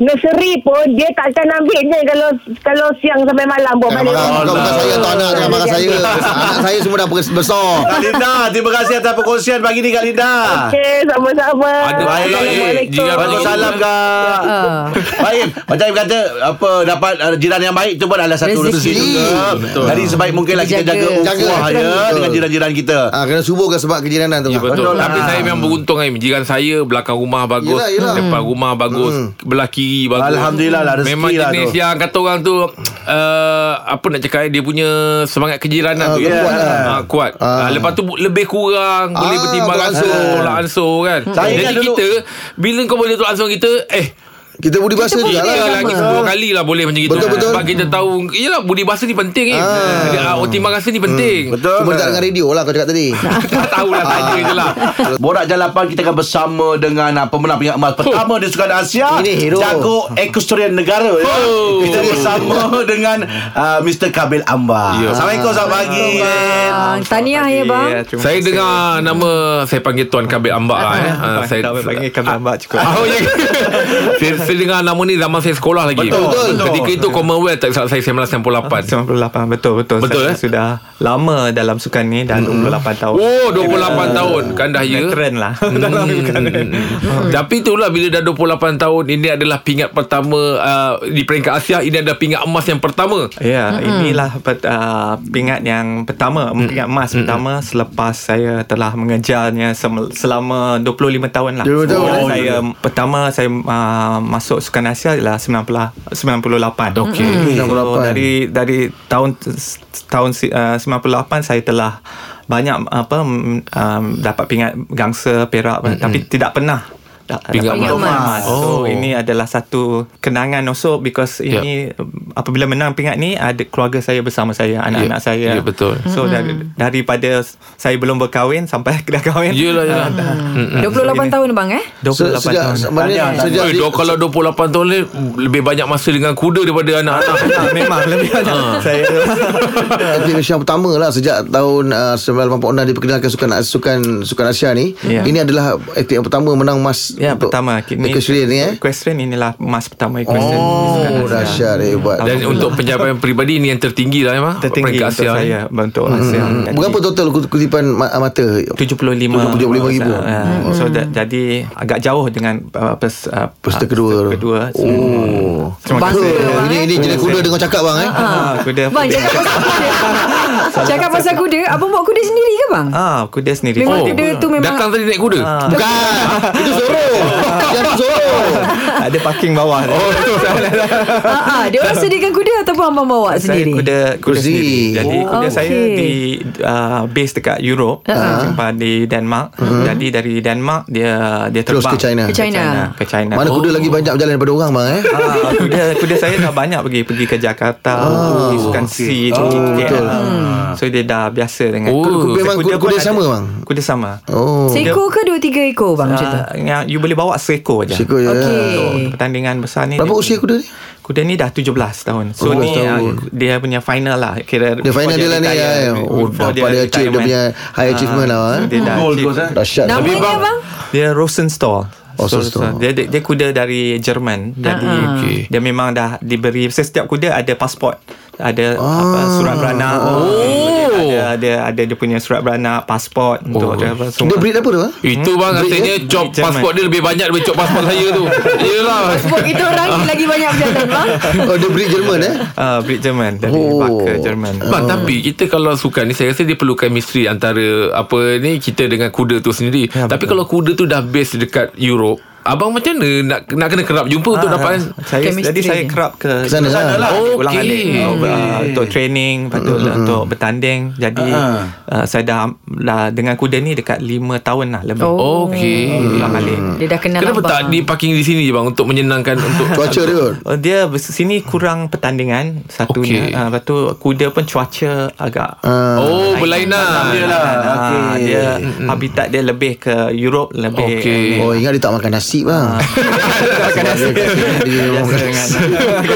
Speaker 6: Nursery pun Dia takkan ambil je Kalau kalau siang sampai malam Buat
Speaker 2: Jangan
Speaker 6: balik
Speaker 2: marah, bukan bukan saya hantar anak, jangan marah saya. Anak saya semua dah bes- besar.
Speaker 1: Kak Ah, Linda, terima kasih atas perkongsian pagi ni Kak Linda.
Speaker 6: Okay sama-sama
Speaker 4: Ada
Speaker 1: Baik.
Speaker 4: Jiran
Speaker 1: Waalaikumsalam Kak. *laughs* Baik, macam Im kata apa dapat uh, jiran yang baik tu pun adalah satu
Speaker 3: Rezeki.
Speaker 1: rezeki juga. Jadi sebaik mungkinlah kita
Speaker 3: Jaga.
Speaker 1: jaga ukhuwah
Speaker 2: Jaga.
Speaker 1: ya
Speaker 2: Betul.
Speaker 1: dengan jiran-jiran kita.
Speaker 2: Ah, kena subuhkan sebab kejiranan tu.
Speaker 4: Ya
Speaker 2: Kak.
Speaker 4: betul.
Speaker 1: Betul lah.
Speaker 4: Tapi saya memang beruntung Aim. Jiran saya belakang rumah bagus,
Speaker 2: Yelah, yelah.
Speaker 4: depan rumah bagus, belah kiri bagus.
Speaker 1: Mm. Alhamdulillah lah, rezeki
Speaker 4: Memang
Speaker 1: lah
Speaker 4: jenis
Speaker 1: tu.
Speaker 4: yang kata orang tu uh, apa nak cakap eh, dia punya semangat kejiranan
Speaker 2: Ah,
Speaker 4: tu.
Speaker 2: kuat
Speaker 4: ya.
Speaker 2: lah.
Speaker 4: Ah, kuat. Ah, lepas tu bu- lebih kurang boleh
Speaker 2: Ah,
Speaker 4: bertimbang
Speaker 2: tolak
Speaker 4: ansur,
Speaker 2: ansur.
Speaker 4: tolak ansur kan.
Speaker 1: Saya ingat
Speaker 4: Jadi
Speaker 1: dulu-
Speaker 4: kita bila kau boleh tolak ansur kita eh
Speaker 2: Kita budi bahasa
Speaker 4: Kita
Speaker 2: juga lah.
Speaker 4: lagi 10 kali lah boleh macam gitu
Speaker 2: Betul, betul.
Speaker 4: Sebab kita tahu Yelah budi bahasa ni penting eh. ah. Timang rasa ni penting
Speaker 1: Betul.
Speaker 2: Cuma dia tak dengar radio lah kau cakap tadi.
Speaker 4: *laughs* Tak tahulah tanya je lah
Speaker 1: Borak Jalapan kita akan bersama dengan ah, pemenang pingat emas pertama di Sukan Asia
Speaker 2: Ini hero.
Speaker 1: jago equestrian negara ya.
Speaker 4: Oh.
Speaker 1: Kita bersama dengan ah, Mr Kabil Amba.
Speaker 4: Ya.
Speaker 1: Assalamualaikum selamat pagi.
Speaker 3: Bang, tahniah ya bang.
Speaker 8: terima
Speaker 4: Saya
Speaker 8: kasih.
Speaker 4: dengar nama Saya panggil Tuan Kabir Ambak lah eh. Ah,
Speaker 8: Abang,
Speaker 4: saya,
Speaker 8: tak boleh panggil kami ambak cukup.
Speaker 4: Ah, oh, ya. saya, saya dengar nama ni Zaman saya sekolah lagi
Speaker 1: Betul, betul.
Speaker 4: Ketika itu Commonwealth Tak salah saya 1998
Speaker 8: 98 betul betul.
Speaker 4: Betul,
Speaker 8: saya
Speaker 4: eh?
Speaker 8: sudah lama dalam sukan ni dah 28 tahun.
Speaker 4: Oh 28 tahun Kan dah ya
Speaker 8: *laughs* Veteran lah dalam sukan ni.
Speaker 4: Hmm. Tapi itulah bila dah 28 tahun ini adalah pingat pertama uh, di peringkat Asia ini adalah pingat emas yang pertama.
Speaker 8: Ya, inilah pet, uh, pingat yang pertama,
Speaker 4: Hmm.
Speaker 8: pingat emas pertama selepas saya telah mengejarnya sem- selama 25 tahun lah.
Speaker 2: 25 tahun,
Speaker 8: Sebelum
Speaker 4: Oh,
Speaker 2: eh?
Speaker 8: saya
Speaker 4: ya.
Speaker 8: pertama saya uh, masuk Sukan Asia adalah 90 98.
Speaker 4: Okey.
Speaker 8: Hmm. So,
Speaker 2: 98.
Speaker 8: dari dari tahun tahun si- uh, 98 saya telah banyak apa mm, um, dapat pingat gangsa perak mm tapi tidak pernah da-
Speaker 4: Hmm, Pingat
Speaker 8: dapat
Speaker 4: emas.
Speaker 8: So
Speaker 4: Oh. Ya.
Speaker 8: ini adalah satu kenangan also because
Speaker 4: Yep.
Speaker 8: ini um, apabila menang pingat ni ada keluarga saya bersama saya, anak-anak
Speaker 4: Yep.
Speaker 8: saya.
Speaker 4: Yep, Ya. betul.
Speaker 8: So dari, daripada saya belum berkahwin sampai *laughs* dah kahwin.
Speaker 4: Yelah yelah.
Speaker 3: Mm-mm. 28 tahun bang eh?
Speaker 8: 28
Speaker 2: sejak,
Speaker 8: tahun.
Speaker 2: Maknanya, sejak,
Speaker 4: Eh, do, kalau 28 tahun ni lebih banyak masa dengan kuda daripada anak-anak.
Speaker 8: Ah, memang lebih banyak
Speaker 4: Ah.
Speaker 8: *laughs*
Speaker 2: *laughs*
Speaker 8: saya
Speaker 2: Atlet Malaysia yang pertama lah sejak tahun uh, 1986 diperkenalkan sukan sukan sukan Asia ni.
Speaker 8: Ya.
Speaker 2: Ini adalah atlet yang pertama menang emas
Speaker 8: Ya
Speaker 2: untuk
Speaker 8: pertama ini,
Speaker 2: equestrian ni eh.
Speaker 8: Equestrian inilah emas pertama equestrian
Speaker 2: Oh dahsyat
Speaker 8: Ya.
Speaker 2: hebat. Hmm,
Speaker 4: Dan untuk pencapaian peribadi ni yang tertinggi lah memang
Speaker 8: Tertinggi
Speaker 4: peringkat
Speaker 8: untuk
Speaker 4: Asia. ni.
Speaker 8: saya ya. Untuk Asia Jadi,
Speaker 2: hmm. Berapa total kut- kutipan ma- mata?
Speaker 8: 75
Speaker 2: 75,000.
Speaker 8: Ah, So da- jadi agak jauh dengan uh, pes, uh,
Speaker 2: Peserta
Speaker 8: uh,
Speaker 2: kedua tu.
Speaker 8: kedua. So,
Speaker 2: Oh.
Speaker 8: Terima
Speaker 3: Bangga.
Speaker 8: kasih
Speaker 2: Oh, ini ini jenis kuda dengar cakap bang eh.
Speaker 8: Ah, kuda
Speaker 3: Bang cakap pasal kuda. cakap pasal kuda, abang bawa kuda sendiri ke bang?
Speaker 8: Ah, kuda sendiri.
Speaker 3: Memang
Speaker 8: Oh.
Speaker 3: kuda tu memang
Speaker 4: Datang tadi naik kuda.
Speaker 8: Ah,
Speaker 2: Bukan. Itu sorong. Jangan sorong.
Speaker 8: *laughs* ada parking bawah. Oh,
Speaker 3: Ah, ah, dia orang sediakan kuda ataupun abang bawa
Speaker 8: saya
Speaker 3: sendiri?
Speaker 8: kuda kuda
Speaker 2: Kursi.
Speaker 8: sendiri. Jadi
Speaker 3: Oh,
Speaker 8: kuda
Speaker 3: okey. Ah.
Speaker 8: saya di uh, base dekat Europe, uh-huh. jumpa di Denmark. Jadi dari Denmark dia dia
Speaker 2: Uh-huh. Terus
Speaker 8: terbang
Speaker 2: ke China.
Speaker 3: Ke
Speaker 8: Ke
Speaker 3: China.
Speaker 8: China. Ke China.
Speaker 2: Mana kuda lagi banyak berjalan daripada orang bang eh.
Speaker 8: Ah, kuda kuda saya dah banyak pergi pergi ke Jakarta, oh, pergi Sukan Si, oh,
Speaker 2: Ah. betul.
Speaker 3: Hmm.
Speaker 8: So dia dah biasa dengan
Speaker 4: Oh.
Speaker 8: kuda-
Speaker 2: Memang kuda-
Speaker 8: pun
Speaker 2: kuda
Speaker 8: ada-
Speaker 2: sama, bang?
Speaker 8: Kuda sama.
Speaker 2: Oh.
Speaker 3: Seekor ke dua tiga ekor bang macam tu?
Speaker 8: Ah, yang you boleh bawa seekor je.
Speaker 2: Sikit je.
Speaker 3: Okey.
Speaker 8: Pertandingan besar ni
Speaker 2: Berapa
Speaker 8: dia-
Speaker 2: usia kuda ni?
Speaker 8: Kuda ni dah 17 tahun. So
Speaker 2: Oh,
Speaker 8: ni ah,
Speaker 2: tahun.
Speaker 8: dia punya final lah kira.
Speaker 2: Dia final dia lah ni, ya. Oh, dapat dia achieve dia punya high achievement lah, eh.
Speaker 8: Ah, Dia dah
Speaker 1: Gold
Speaker 8: achieve.
Speaker 1: goals eh.
Speaker 2: Dahsyat.
Speaker 3: Namanya bang,
Speaker 8: Dia Rosenstall.
Speaker 2: Oh, Rosenstall.
Speaker 8: dia, dia, dia kuda dari Jerman. Jadi
Speaker 4: Ah. Okey.
Speaker 8: dia memang dah diberi setiap kuda ada pasport. Ada
Speaker 2: Ah.
Speaker 8: apa surat beranak. Ah,
Speaker 4: Oh.
Speaker 8: Dia ada dia ada dia punya surat beranak, pasport
Speaker 4: Oh.
Speaker 8: untuk dia apa semua.
Speaker 2: Dia breed apa tu? eh?
Speaker 4: Itu bang katanya cop
Speaker 8: Jerman.
Speaker 4: pasport dia lebih banyak daripada cop pasport saya tu. Yelah.
Speaker 3: Sebab kita orang ni lagi banyak berjalan bang.
Speaker 2: Oh dia breed Jerman eh.
Speaker 8: Ah, breed Jerman dari
Speaker 2: Oh.
Speaker 8: oh. Barker Jerman.
Speaker 4: Bang, tapi kita kalau sukan ni saya rasa dia perlukan misteri antara apa ni kita dengan kuda tu sendiri. Ya,
Speaker 8: Ya,
Speaker 4: tapi
Speaker 8: betul.
Speaker 4: kalau kuda tu dah base dekat Europe, abang macam mana nak nak kena kerap jumpa untuk
Speaker 8: Ah,
Speaker 4: dapat
Speaker 8: saya,
Speaker 3: Chemistry
Speaker 8: jadi saya
Speaker 3: dia.
Speaker 8: kerap ke
Speaker 2: Ke sana lah. Hmm,
Speaker 8: lah
Speaker 4: Okey.
Speaker 8: ulang alik uh, untuk training lepas tu untuk bertanding jadi uh, saya dah, dah dengan kuda ni dekat 5 tahun lah lebih
Speaker 3: Oh.
Speaker 4: Okey.
Speaker 8: ulang
Speaker 3: Hmm.
Speaker 8: alik
Speaker 3: Dia dah kenal
Speaker 4: Kenapa
Speaker 3: abang.
Speaker 4: tak di parking di sini je bang untuk menyenangkan untuk
Speaker 2: *laughs* Cuaca dia kot.
Speaker 8: Oh, dia bes- sini kurang pertandingan
Speaker 4: Okey.
Speaker 8: satunya. Okay. Uh, lepas tu kuda pun cuaca agak
Speaker 2: Ah,
Speaker 4: Oh, berlainan.
Speaker 8: lah. Dia, Hmm, okay. dia habitat dia lebih ke Europe lebih
Speaker 4: Okey.
Speaker 2: Oh ingat dia tak makan nasi nasi lah
Speaker 8: Makan nasi.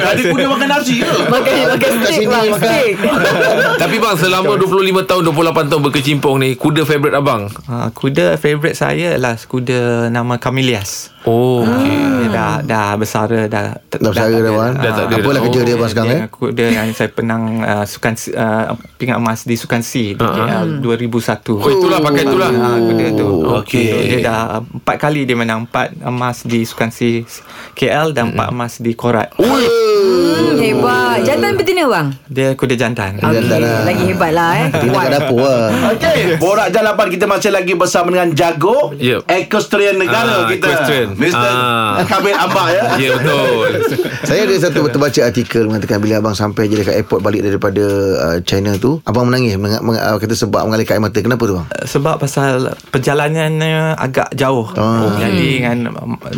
Speaker 1: Adik punya makan nasi ya. ke?
Speaker 3: Makan makan
Speaker 2: Kat
Speaker 3: steak
Speaker 2: sini
Speaker 3: bang,
Speaker 2: makan.
Speaker 3: steak.
Speaker 4: *laughs* Tapi bang selama 25 tahun 28 tahun berkecimpung ni Kuda favourite abang
Speaker 8: Ah, kuda favourite saya ialah kuda nama Camelias.
Speaker 4: Oh okay.
Speaker 8: Dia dah dah bersara
Speaker 2: Ah.
Speaker 8: dah
Speaker 2: Dah bersara dah, Wan.
Speaker 4: Dah tak ada
Speaker 2: Apalah
Speaker 4: dah.
Speaker 2: kerja dia,
Speaker 4: Oh,
Speaker 2: Abang, sekarang, eh?
Speaker 8: Kuda yang saya penang uh, sukan uh, pingat emas di Sukan C
Speaker 4: Ah.
Speaker 2: Hmm.
Speaker 8: di KL 2001.
Speaker 4: Oh, itulah, pakai itulah.
Speaker 8: Ah, kuda tu.
Speaker 2: Oh,
Speaker 4: Okey.
Speaker 8: Dia dah uh, empat kali dia menang empat emas di Sukan C KL dan empat emas di Korat.
Speaker 3: Hmm, hebat. Jantan betina bang.
Speaker 8: Dia kuda jantan.
Speaker 2: Kuda
Speaker 3: Okey,
Speaker 2: jantan lah.
Speaker 3: lagi hebat lah eh.
Speaker 2: Dia nak kat dapur lah
Speaker 1: Okey, borak jalapan kita masih lagi bersama dengan Jago,
Speaker 4: Yep.
Speaker 1: equestrian negara
Speaker 4: Ah,
Speaker 1: kita.
Speaker 4: equestrian.
Speaker 1: Mr.
Speaker 4: Ah.
Speaker 1: Kabir Ambak ya.
Speaker 4: Ya
Speaker 2: *laughs*
Speaker 4: betul
Speaker 2: Saya ada satu terbaca artikel mengatakan bila abang sampai je dekat airport balik daripada uh, China tu, abang menangis meng- meng- uh, kata sebab mengalirkan air mata. Kenapa tu bang?
Speaker 8: sebab pasal perjalanannya agak jauh.
Speaker 2: Ah.
Speaker 8: Oh.
Speaker 4: Hmm.
Speaker 8: Jadi kan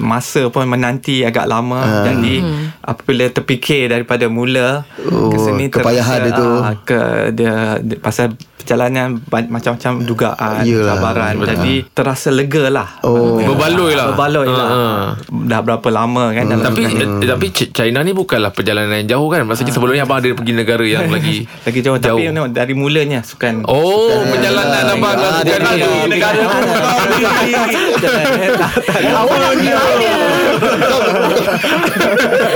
Speaker 8: masa pun menanti agak
Speaker 2: Ah.
Speaker 8: lama. Uh. Jadi
Speaker 4: Hmm.
Speaker 8: apabila terfikir daripada mula
Speaker 2: Oh, kepayahan dia tu.
Speaker 8: ah, ke dia, dia pasal perjalanan ba- macam-macam dugaan,
Speaker 2: Yelah.
Speaker 8: cabaran. Jadi terasa lega lah.
Speaker 2: Ah. Oh.
Speaker 4: Berbaloi lah.
Speaker 8: Berbaloi lah.
Speaker 4: Ah,
Speaker 8: Dah berapa lama kan
Speaker 2: Hmm.
Speaker 8: dalam
Speaker 4: Tapi eh, tapi Ch- China ni bukanlah perjalanan yang jauh kan
Speaker 2: Ah.
Speaker 4: Maksudnya sebelumnya abang ada pergi negara yang
Speaker 2: *laughs*
Speaker 4: lagi
Speaker 8: lagi jauh, jauh. tapi no, dari mulanya sukan *laughs*
Speaker 4: Oh perjalanan
Speaker 2: Ah,
Speaker 4: abang lah
Speaker 2: dia
Speaker 4: bukan
Speaker 2: pergi
Speaker 4: negara.
Speaker 1: Negara negara tu.
Speaker 3: Awak nak pergi mana?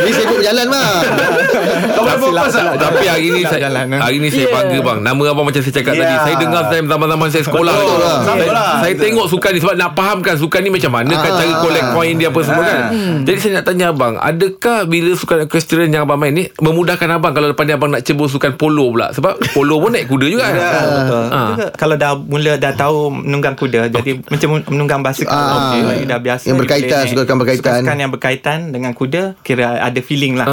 Speaker 2: Dia sibuk berjalan bang.
Speaker 1: Kau boleh Ya. fokus tak?
Speaker 4: Tapi hari ni saya
Speaker 8: jalan, eh.
Speaker 4: hari ni saya bangga bang. Nama abang macam saya cakap
Speaker 1: Yeah.
Speaker 4: tadi. Saya dengar time zaman-zaman saya sekolah.
Speaker 1: Ya. Betul lah.
Speaker 4: Saya,
Speaker 1: Betul lah.
Speaker 4: saya tengok sukan ni sebab nak fahamkan sukan ni macam mana kan
Speaker 2: Ah.
Speaker 4: cara collect coin dia apa semua kan.
Speaker 1: Hmm.
Speaker 4: Jadi saya nak tanya abang, adakah bila sukan equestrian yang abang main ni memudahkan abang kalau lepas ni abang nak cebur sukan polo pula sebab polo pun naik kuda juga kan.
Speaker 1: Ya.
Speaker 2: Ah.
Speaker 8: Betul.
Speaker 4: Ha.
Speaker 8: Juga Kalau dah mula dah tahu menunggang kuda, jadi macam menunggang basikal
Speaker 2: Ah.
Speaker 8: okay. Jadi dah biasa.
Speaker 2: Yang berkaitan,
Speaker 8: Dia-
Speaker 2: sukan berkaitan.
Speaker 8: Sukan yang berkaitan dengan kuda, kira ada feeling lah.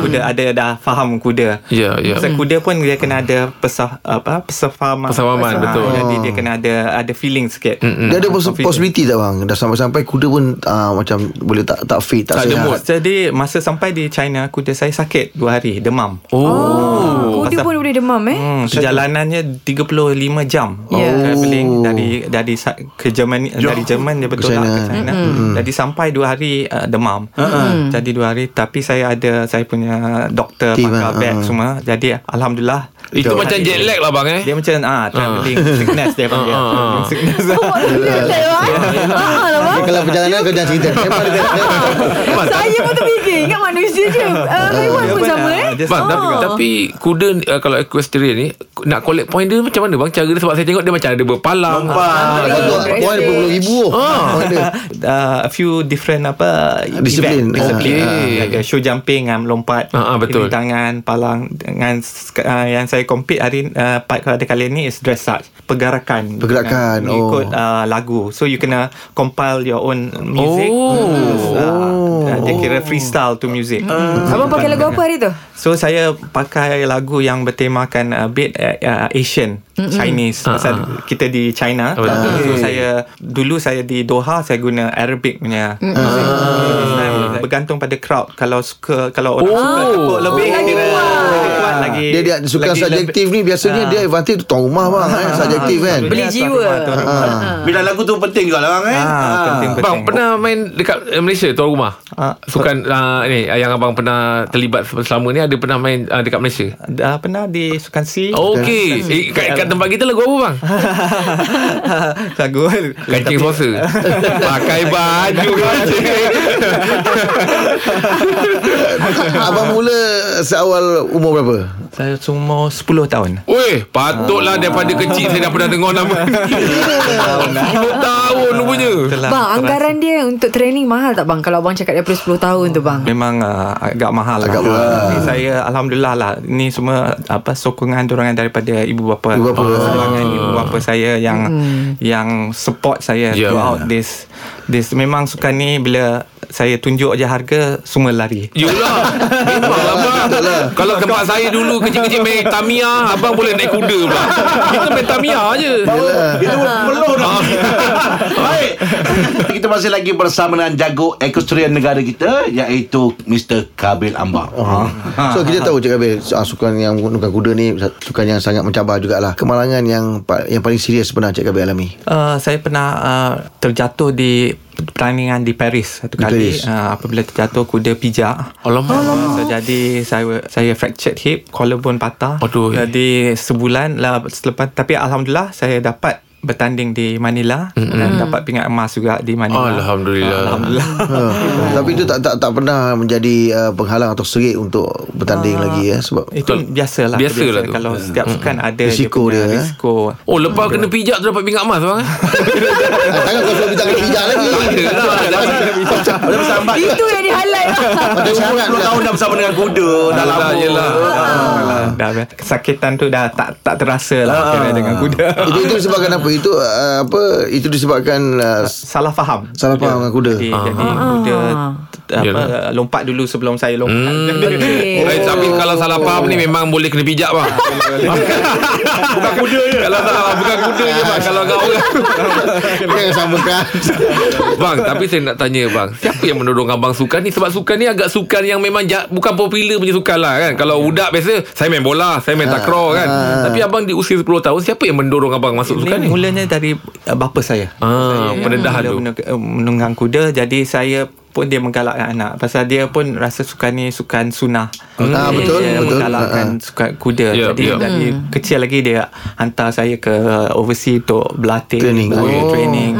Speaker 8: Kuda ada dah faham kuda.
Speaker 4: Ah. Ya, ya.
Speaker 8: Pasal kuda pun dia kena ada pesah apa persefahaman.
Speaker 4: Persefahaman, betul. Hmm,
Speaker 8: Jadi dia kena ada ada feeling sikit.
Speaker 2: Dia ada pos-
Speaker 8: Confident.
Speaker 2: possibility tak bang? Dah sampai-sampai kuda pun uh, macam boleh tak tak fit, tak,
Speaker 4: Tak ada mood.
Speaker 2: sihat.
Speaker 8: Jadi masa sampai di China, kuda saya sakit dua hari, demam.
Speaker 3: Oh, kuda
Speaker 8: Pasal-
Speaker 3: pun boleh demam
Speaker 8: *laughs*
Speaker 3: eh.
Speaker 8: Hmm, perjalanannya 35 jam.
Speaker 3: Ya.
Speaker 8: Yeah. Traveling dari dari sa- ke Jerman dari Jerman dia betul
Speaker 2: Ke
Speaker 8: lah
Speaker 2: sana.
Speaker 8: ke sana. Mm-hmm. Jadi sampai dua hari uh, demam. Mm-hmm. Jadi dua hari tapi saya ada saya punya doktor
Speaker 2: Tim,
Speaker 8: pakai
Speaker 2: ah,
Speaker 8: beg
Speaker 2: ah.
Speaker 8: semlah. Jadi alhamdulillah
Speaker 4: Itu
Speaker 8: dua
Speaker 4: macam
Speaker 8: hari.
Speaker 4: jet lag lah bang eh.
Speaker 8: Dia macam ah traveling sickness dia panggil.
Speaker 4: Ah, ah, ah.
Speaker 8: Sickness.
Speaker 3: Awak boleh tak, bang? Ah, lah,
Speaker 2: *laughs*
Speaker 3: bang. Ah.
Speaker 2: Kalau perjalanan kau jangan cerita. Memang dia
Speaker 3: Saya pun terfikir Ingat manusia je uh, Haiwan
Speaker 8: Dia
Speaker 3: pun
Speaker 8: pun,
Speaker 3: sama
Speaker 8: ah,
Speaker 3: eh
Speaker 8: dia
Speaker 4: Bang,
Speaker 8: sama
Speaker 4: tapi,
Speaker 8: juga.
Speaker 4: tapi kuda ni, uh, kalau equestrian ni nak collect point dia macam mana bang? Cara dia sebab saya tengok dia macam ada berpalang.
Speaker 1: Nampak.
Speaker 2: Kau ada RM20,000
Speaker 8: *laughs* uh, a few different apa
Speaker 2: Disiplin. Ah,
Speaker 8: event,
Speaker 4: Okey.
Speaker 8: disiplin okay. uh, show jumping um, lompat
Speaker 4: Ah, ah, betul.
Speaker 8: Ini tangan palang dengan sk- uh, yang saya compete hari uh, part pada kali ni is dressage pergerakan
Speaker 2: Pergerakan,
Speaker 8: Dengan
Speaker 2: oh.
Speaker 8: ikut uh, lagu so you kena compile your own music
Speaker 4: Oh.
Speaker 8: oh. Uh, dia kira freestyle to music
Speaker 4: Ah.
Speaker 3: Abang pakai lagu apa hari tu?
Speaker 8: So saya pakai lagu yang bertemakan uh, beat uh, Asian Mm-mm. Chinese pasal kita di China. Ah,
Speaker 4: betul.
Speaker 8: So saya dulu saya di Doha saya guna Arabic punya. Ah. Bergantung pada crowd kalau suka kalau orang
Speaker 4: Oh.
Speaker 8: suka tepuk lebih
Speaker 3: Oh.
Speaker 8: lagi kuat lagi.
Speaker 2: Ah. Dia dia suka
Speaker 8: lagi
Speaker 2: subjektif ni biasanya dia advantage tu tuan rumah bang eh, subjektif kan. Ah.
Speaker 3: Beli
Speaker 8: Ya,
Speaker 3: jiwa.
Speaker 8: tuan rumah, tuan rumah.
Speaker 1: Bila lagu tu penting juga lah bang eh.
Speaker 8: Ah, penting penting.
Speaker 4: Bang pernah main dekat uh, Malaysia tuan rumah?
Speaker 8: Ah,
Speaker 4: Sukan uh, ni uh, yang abang pernah terlibat selama ni ada pernah main uh, dekat Malaysia?
Speaker 8: Dah pernah di Sukan Si
Speaker 4: Okey. Eh, kat, kat tempat *laughs* kita lagu apa bang?
Speaker 8: *laughs* Lagu
Speaker 4: Kancing suasa. *laughs* Pakai baju *laughs* kancing.
Speaker 2: Abang mula seawal umur berapa?
Speaker 8: Saya semua 10 tahun
Speaker 4: Weh, patutlah daripada kecil saya dah pernah dengar nama ni. 10 tahun rupanya.
Speaker 8: Telah
Speaker 3: Bang,
Speaker 8: terasa-
Speaker 3: anggaran dia untuk training mahal tak bang? Kalau abang cakap daripada 10 tahun tu bang
Speaker 8: Memang uh, agak mahal
Speaker 2: Agak
Speaker 8: lah.
Speaker 2: mahal.
Speaker 8: Tapi saya alhamdulillah lah. Ni semua apa sokongan dorongan daripada ibu bapa. Ah,
Speaker 2: Ibu bapa. Ah.
Speaker 8: Sokongan ibu bapa saya yang yang support saya
Speaker 2: Ya.
Speaker 4: Yeah.
Speaker 8: yeah. throughout this this memang suka ni bila saya tunjuk je harga semua lari.
Speaker 4: Yulah Memang lah abang Kalau tempat saya dulu Kecil-kecil main Tamiya Abang boleh
Speaker 1: Ah,
Speaker 4: naik kuda pula Kita main Tamiya je Ah.
Speaker 1: Itu peluh dah. *laughs* Baik, Baik. kita masih lagi bersama dengan jago equestrian negara kita iaitu Mr. Kabil Ambar.
Speaker 4: Ah.
Speaker 1: Ha.
Speaker 2: So kita tahu Cik Kabir ah, Sukan yang menggunakan kuda ni Sukan yang sangat mencabar jugalah Kemalangan yang pa- yang paling serius pernah Cik Kabir alami
Speaker 8: Uh, saya pernah uh, terjatuh di pertandingan di Paris satu
Speaker 2: Di
Speaker 8: kali
Speaker 2: Paris.
Speaker 8: Uh, apabila terjatuh kuda pijak.
Speaker 4: Alamak.
Speaker 8: Uh, so, jadi saya saya fractured hip, collarbone patah.
Speaker 4: Aduh.
Speaker 8: Jadi sebulan lah selepas tapi alhamdulillah saya dapat bertanding di Manila mm dan dapat pingat emas juga di Manila.
Speaker 4: Alhamdulillah. *laughs*
Speaker 8: Alhamdulillah.
Speaker 2: ha. Tapi itu tak tak tak pernah menjadi uh, penghalang atau serik Untuk bertanding lagi ya Sebab
Speaker 8: Itu
Speaker 4: Betul.
Speaker 8: biasalah
Speaker 4: Biasalah tu.
Speaker 8: Kalau setiap sukan ada
Speaker 2: Risiko
Speaker 8: dia,
Speaker 2: dia,
Speaker 8: punya
Speaker 2: eh.
Speaker 8: Risiko
Speaker 4: Oh lepas kena pijak tu dapat pingat emas bang. eh?
Speaker 2: Ah, Tangan kau suruh kita kena pijak lagi
Speaker 1: Dia bersama
Speaker 3: Itu yang di highlight lah.
Speaker 2: Macam kan? umuran
Speaker 1: 10 tahun dah bersama dengan kuda dah lama.
Speaker 4: Yelah, yelah.
Speaker 8: Ah, dah, Sakitan tu dah tak tak
Speaker 4: Ah.
Speaker 8: terasa lah Kena dengan
Speaker 4: *laughs*
Speaker 8: kuda
Speaker 2: itu, itu disebabkan apa Itu uh, apa Itu disebabkan uh,
Speaker 8: Salah faham
Speaker 2: Salah faham dengan kuda
Speaker 8: Jadi, jadi kuda t- apa,
Speaker 4: Ah. Yalah.
Speaker 8: Lompat dulu sebelum saya lompat
Speaker 4: Eh,
Speaker 3: Okay.
Speaker 4: tapi kalau salah faham ni memang boleh kena pijak bang. bukan kuda je. Kalau salah faham, bukan kuda je bang. Kalau kau orang.
Speaker 2: Jangan samakan
Speaker 4: bang, tapi saya nak tanya bang, siapa yang mendorong abang sukan ni? Sebab sukan ni agak sukan yang memang ja, bukan popular punya sukan lah kan. Kalau budak biasa, saya main bola, saya main takraw kan. Tapi abang di usia 10 tahun, siapa yang mendorong abang masuk sukan
Speaker 8: Ini
Speaker 4: ni?
Speaker 8: mulanya dari uh, bapa saya
Speaker 4: Ah, pendedahan
Speaker 8: Beliau
Speaker 4: tu.
Speaker 8: menung- eh, menunggang kuda Jadi saya pun dia menggalakkan anak Pasal dia pun rasa sukan ni Sukan sunnah
Speaker 2: Ah, betul,
Speaker 8: Jadi Dia
Speaker 2: betul. Ah. Hmm.
Speaker 8: menggalakkan sukan kuda
Speaker 4: Hmm. Ya,
Speaker 8: Jadi
Speaker 4: ya.
Speaker 8: dari kecil lagi dia Hantar saya ke overseas Untuk berlatih
Speaker 2: Training. Oh. Hmm.
Speaker 8: berlatih, training.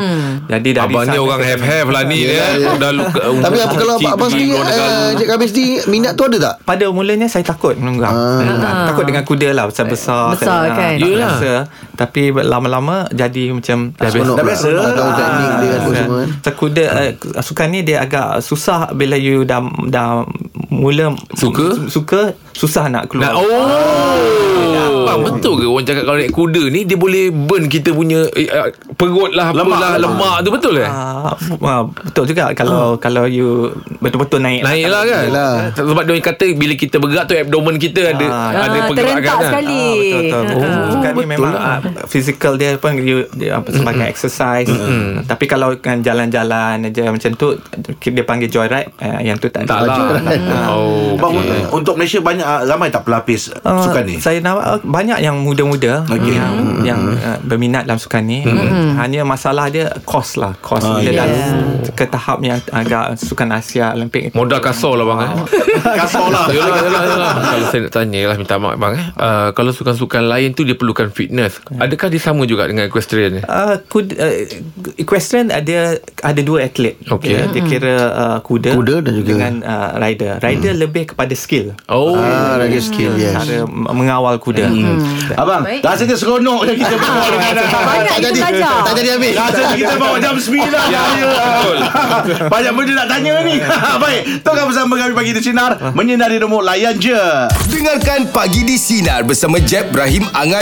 Speaker 8: Jadi dari
Speaker 4: Abang ni
Speaker 8: sana-
Speaker 4: orang have-have lah ni ya. Dah luka,
Speaker 2: Tapi apa kalau abang, abang sendiri
Speaker 4: eh,
Speaker 2: uh, Cik Kabir sendiri Minat tu ada tak?
Speaker 8: pada mulanya saya takut menunggang.
Speaker 3: Ah.
Speaker 8: Ah. Takut dengan kuda lah besar besar.
Speaker 3: Besar kan?
Speaker 4: Yelah.
Speaker 8: Yelah. Biasa. Tapi lama-lama jadi macam dah biasa.
Speaker 2: Seronok
Speaker 1: dah
Speaker 2: pula.
Speaker 1: biasa.
Speaker 2: Dah Tahu teknik dia
Speaker 8: Ah,
Speaker 2: apa semua kan
Speaker 8: Pasal kuda uh, sukan ni dia agak susah bila you dah dah mula
Speaker 4: Suka?
Speaker 8: suka susah nak
Speaker 4: Nah,
Speaker 8: keluar.
Speaker 4: oh. Abang betul ke orang cakap kalau naik kuda ni dia boleh burn kita punya eh, eh, perut lah apalah lemak, lemak tu betul eh?
Speaker 8: Ah, ah, betul juga kalau kalau you betul-betul naik.
Speaker 4: Naik lah kan
Speaker 2: Yelah.
Speaker 4: Sebab dia orang kata Bila kita bergerak tu Abdomen kita ada
Speaker 8: Ah,
Speaker 4: Ada
Speaker 3: Ah,
Speaker 4: pergerakan
Speaker 3: terentak
Speaker 4: kan
Speaker 3: sekali.
Speaker 8: Ah, betul betul.
Speaker 3: Ah.
Speaker 8: Oh, sukan ni memang lah. physical dia pun dia, dia apa sebagai exercise. Tapi kalau kan jalan-jalan aja macam tu dia panggil joyride eh, yang tu tak
Speaker 4: Tak lah *laughs* Oh
Speaker 1: Bang,
Speaker 4: okay.
Speaker 1: untuk- untuk Malaysia banyak ah, ramai tak pelapis uh,
Speaker 8: Ah,
Speaker 1: sukan ni.
Speaker 8: Saya nampak ah, banyak yang muda-muda
Speaker 1: Okey.
Speaker 8: yang yang ah, berminat dalam sukan ni. Hmm. Hanya masalah dia kos lah, kos
Speaker 1: Ah,
Speaker 8: dia
Speaker 1: ya.
Speaker 8: dah ke tahap yang agak sukan Asia Olimpik.
Speaker 4: Modal kasar lah bang eh.
Speaker 1: Kasar lah.
Speaker 4: Yalah, yalah, yalah. Kalau saya nak tanya lah Minta maaf bang eh. Uh, kalau sukan-sukan lain tu Dia perlukan fitness
Speaker 3: Hmm.
Speaker 4: Adakah dia sama juga Dengan equestrian eh? ni?
Speaker 8: Uh, kuda, uh, equestrian ada ada dua atlet.
Speaker 4: Okey.
Speaker 8: Dia, dia kira uh, kuda,
Speaker 2: Kuda dan juga-
Speaker 8: dengan uh, rider. Rider lebih kepada skill.
Speaker 4: Oh
Speaker 2: Ah, lagi skill yes
Speaker 8: Cara m- mengawal kuda. Hmm.
Speaker 1: Abang,
Speaker 3: Baik.
Speaker 1: rasanya seronok je kita berbual dengan
Speaker 4: *laughs*
Speaker 1: abang.
Speaker 3: Banyak kita belajar.
Speaker 2: Tak jadi habis
Speaker 1: Rasanya kita bawa jam 9 *laughs* ya,
Speaker 4: betul.
Speaker 1: Banyak benda nak tanya ni *laughs* Baik Tolong bersama kami pagi di
Speaker 2: Ah.
Speaker 1: Sinar Menyinari rumah layan je
Speaker 9: Dengarkan Pagi di Sinar bersama Jeb, Ibrahim, Anga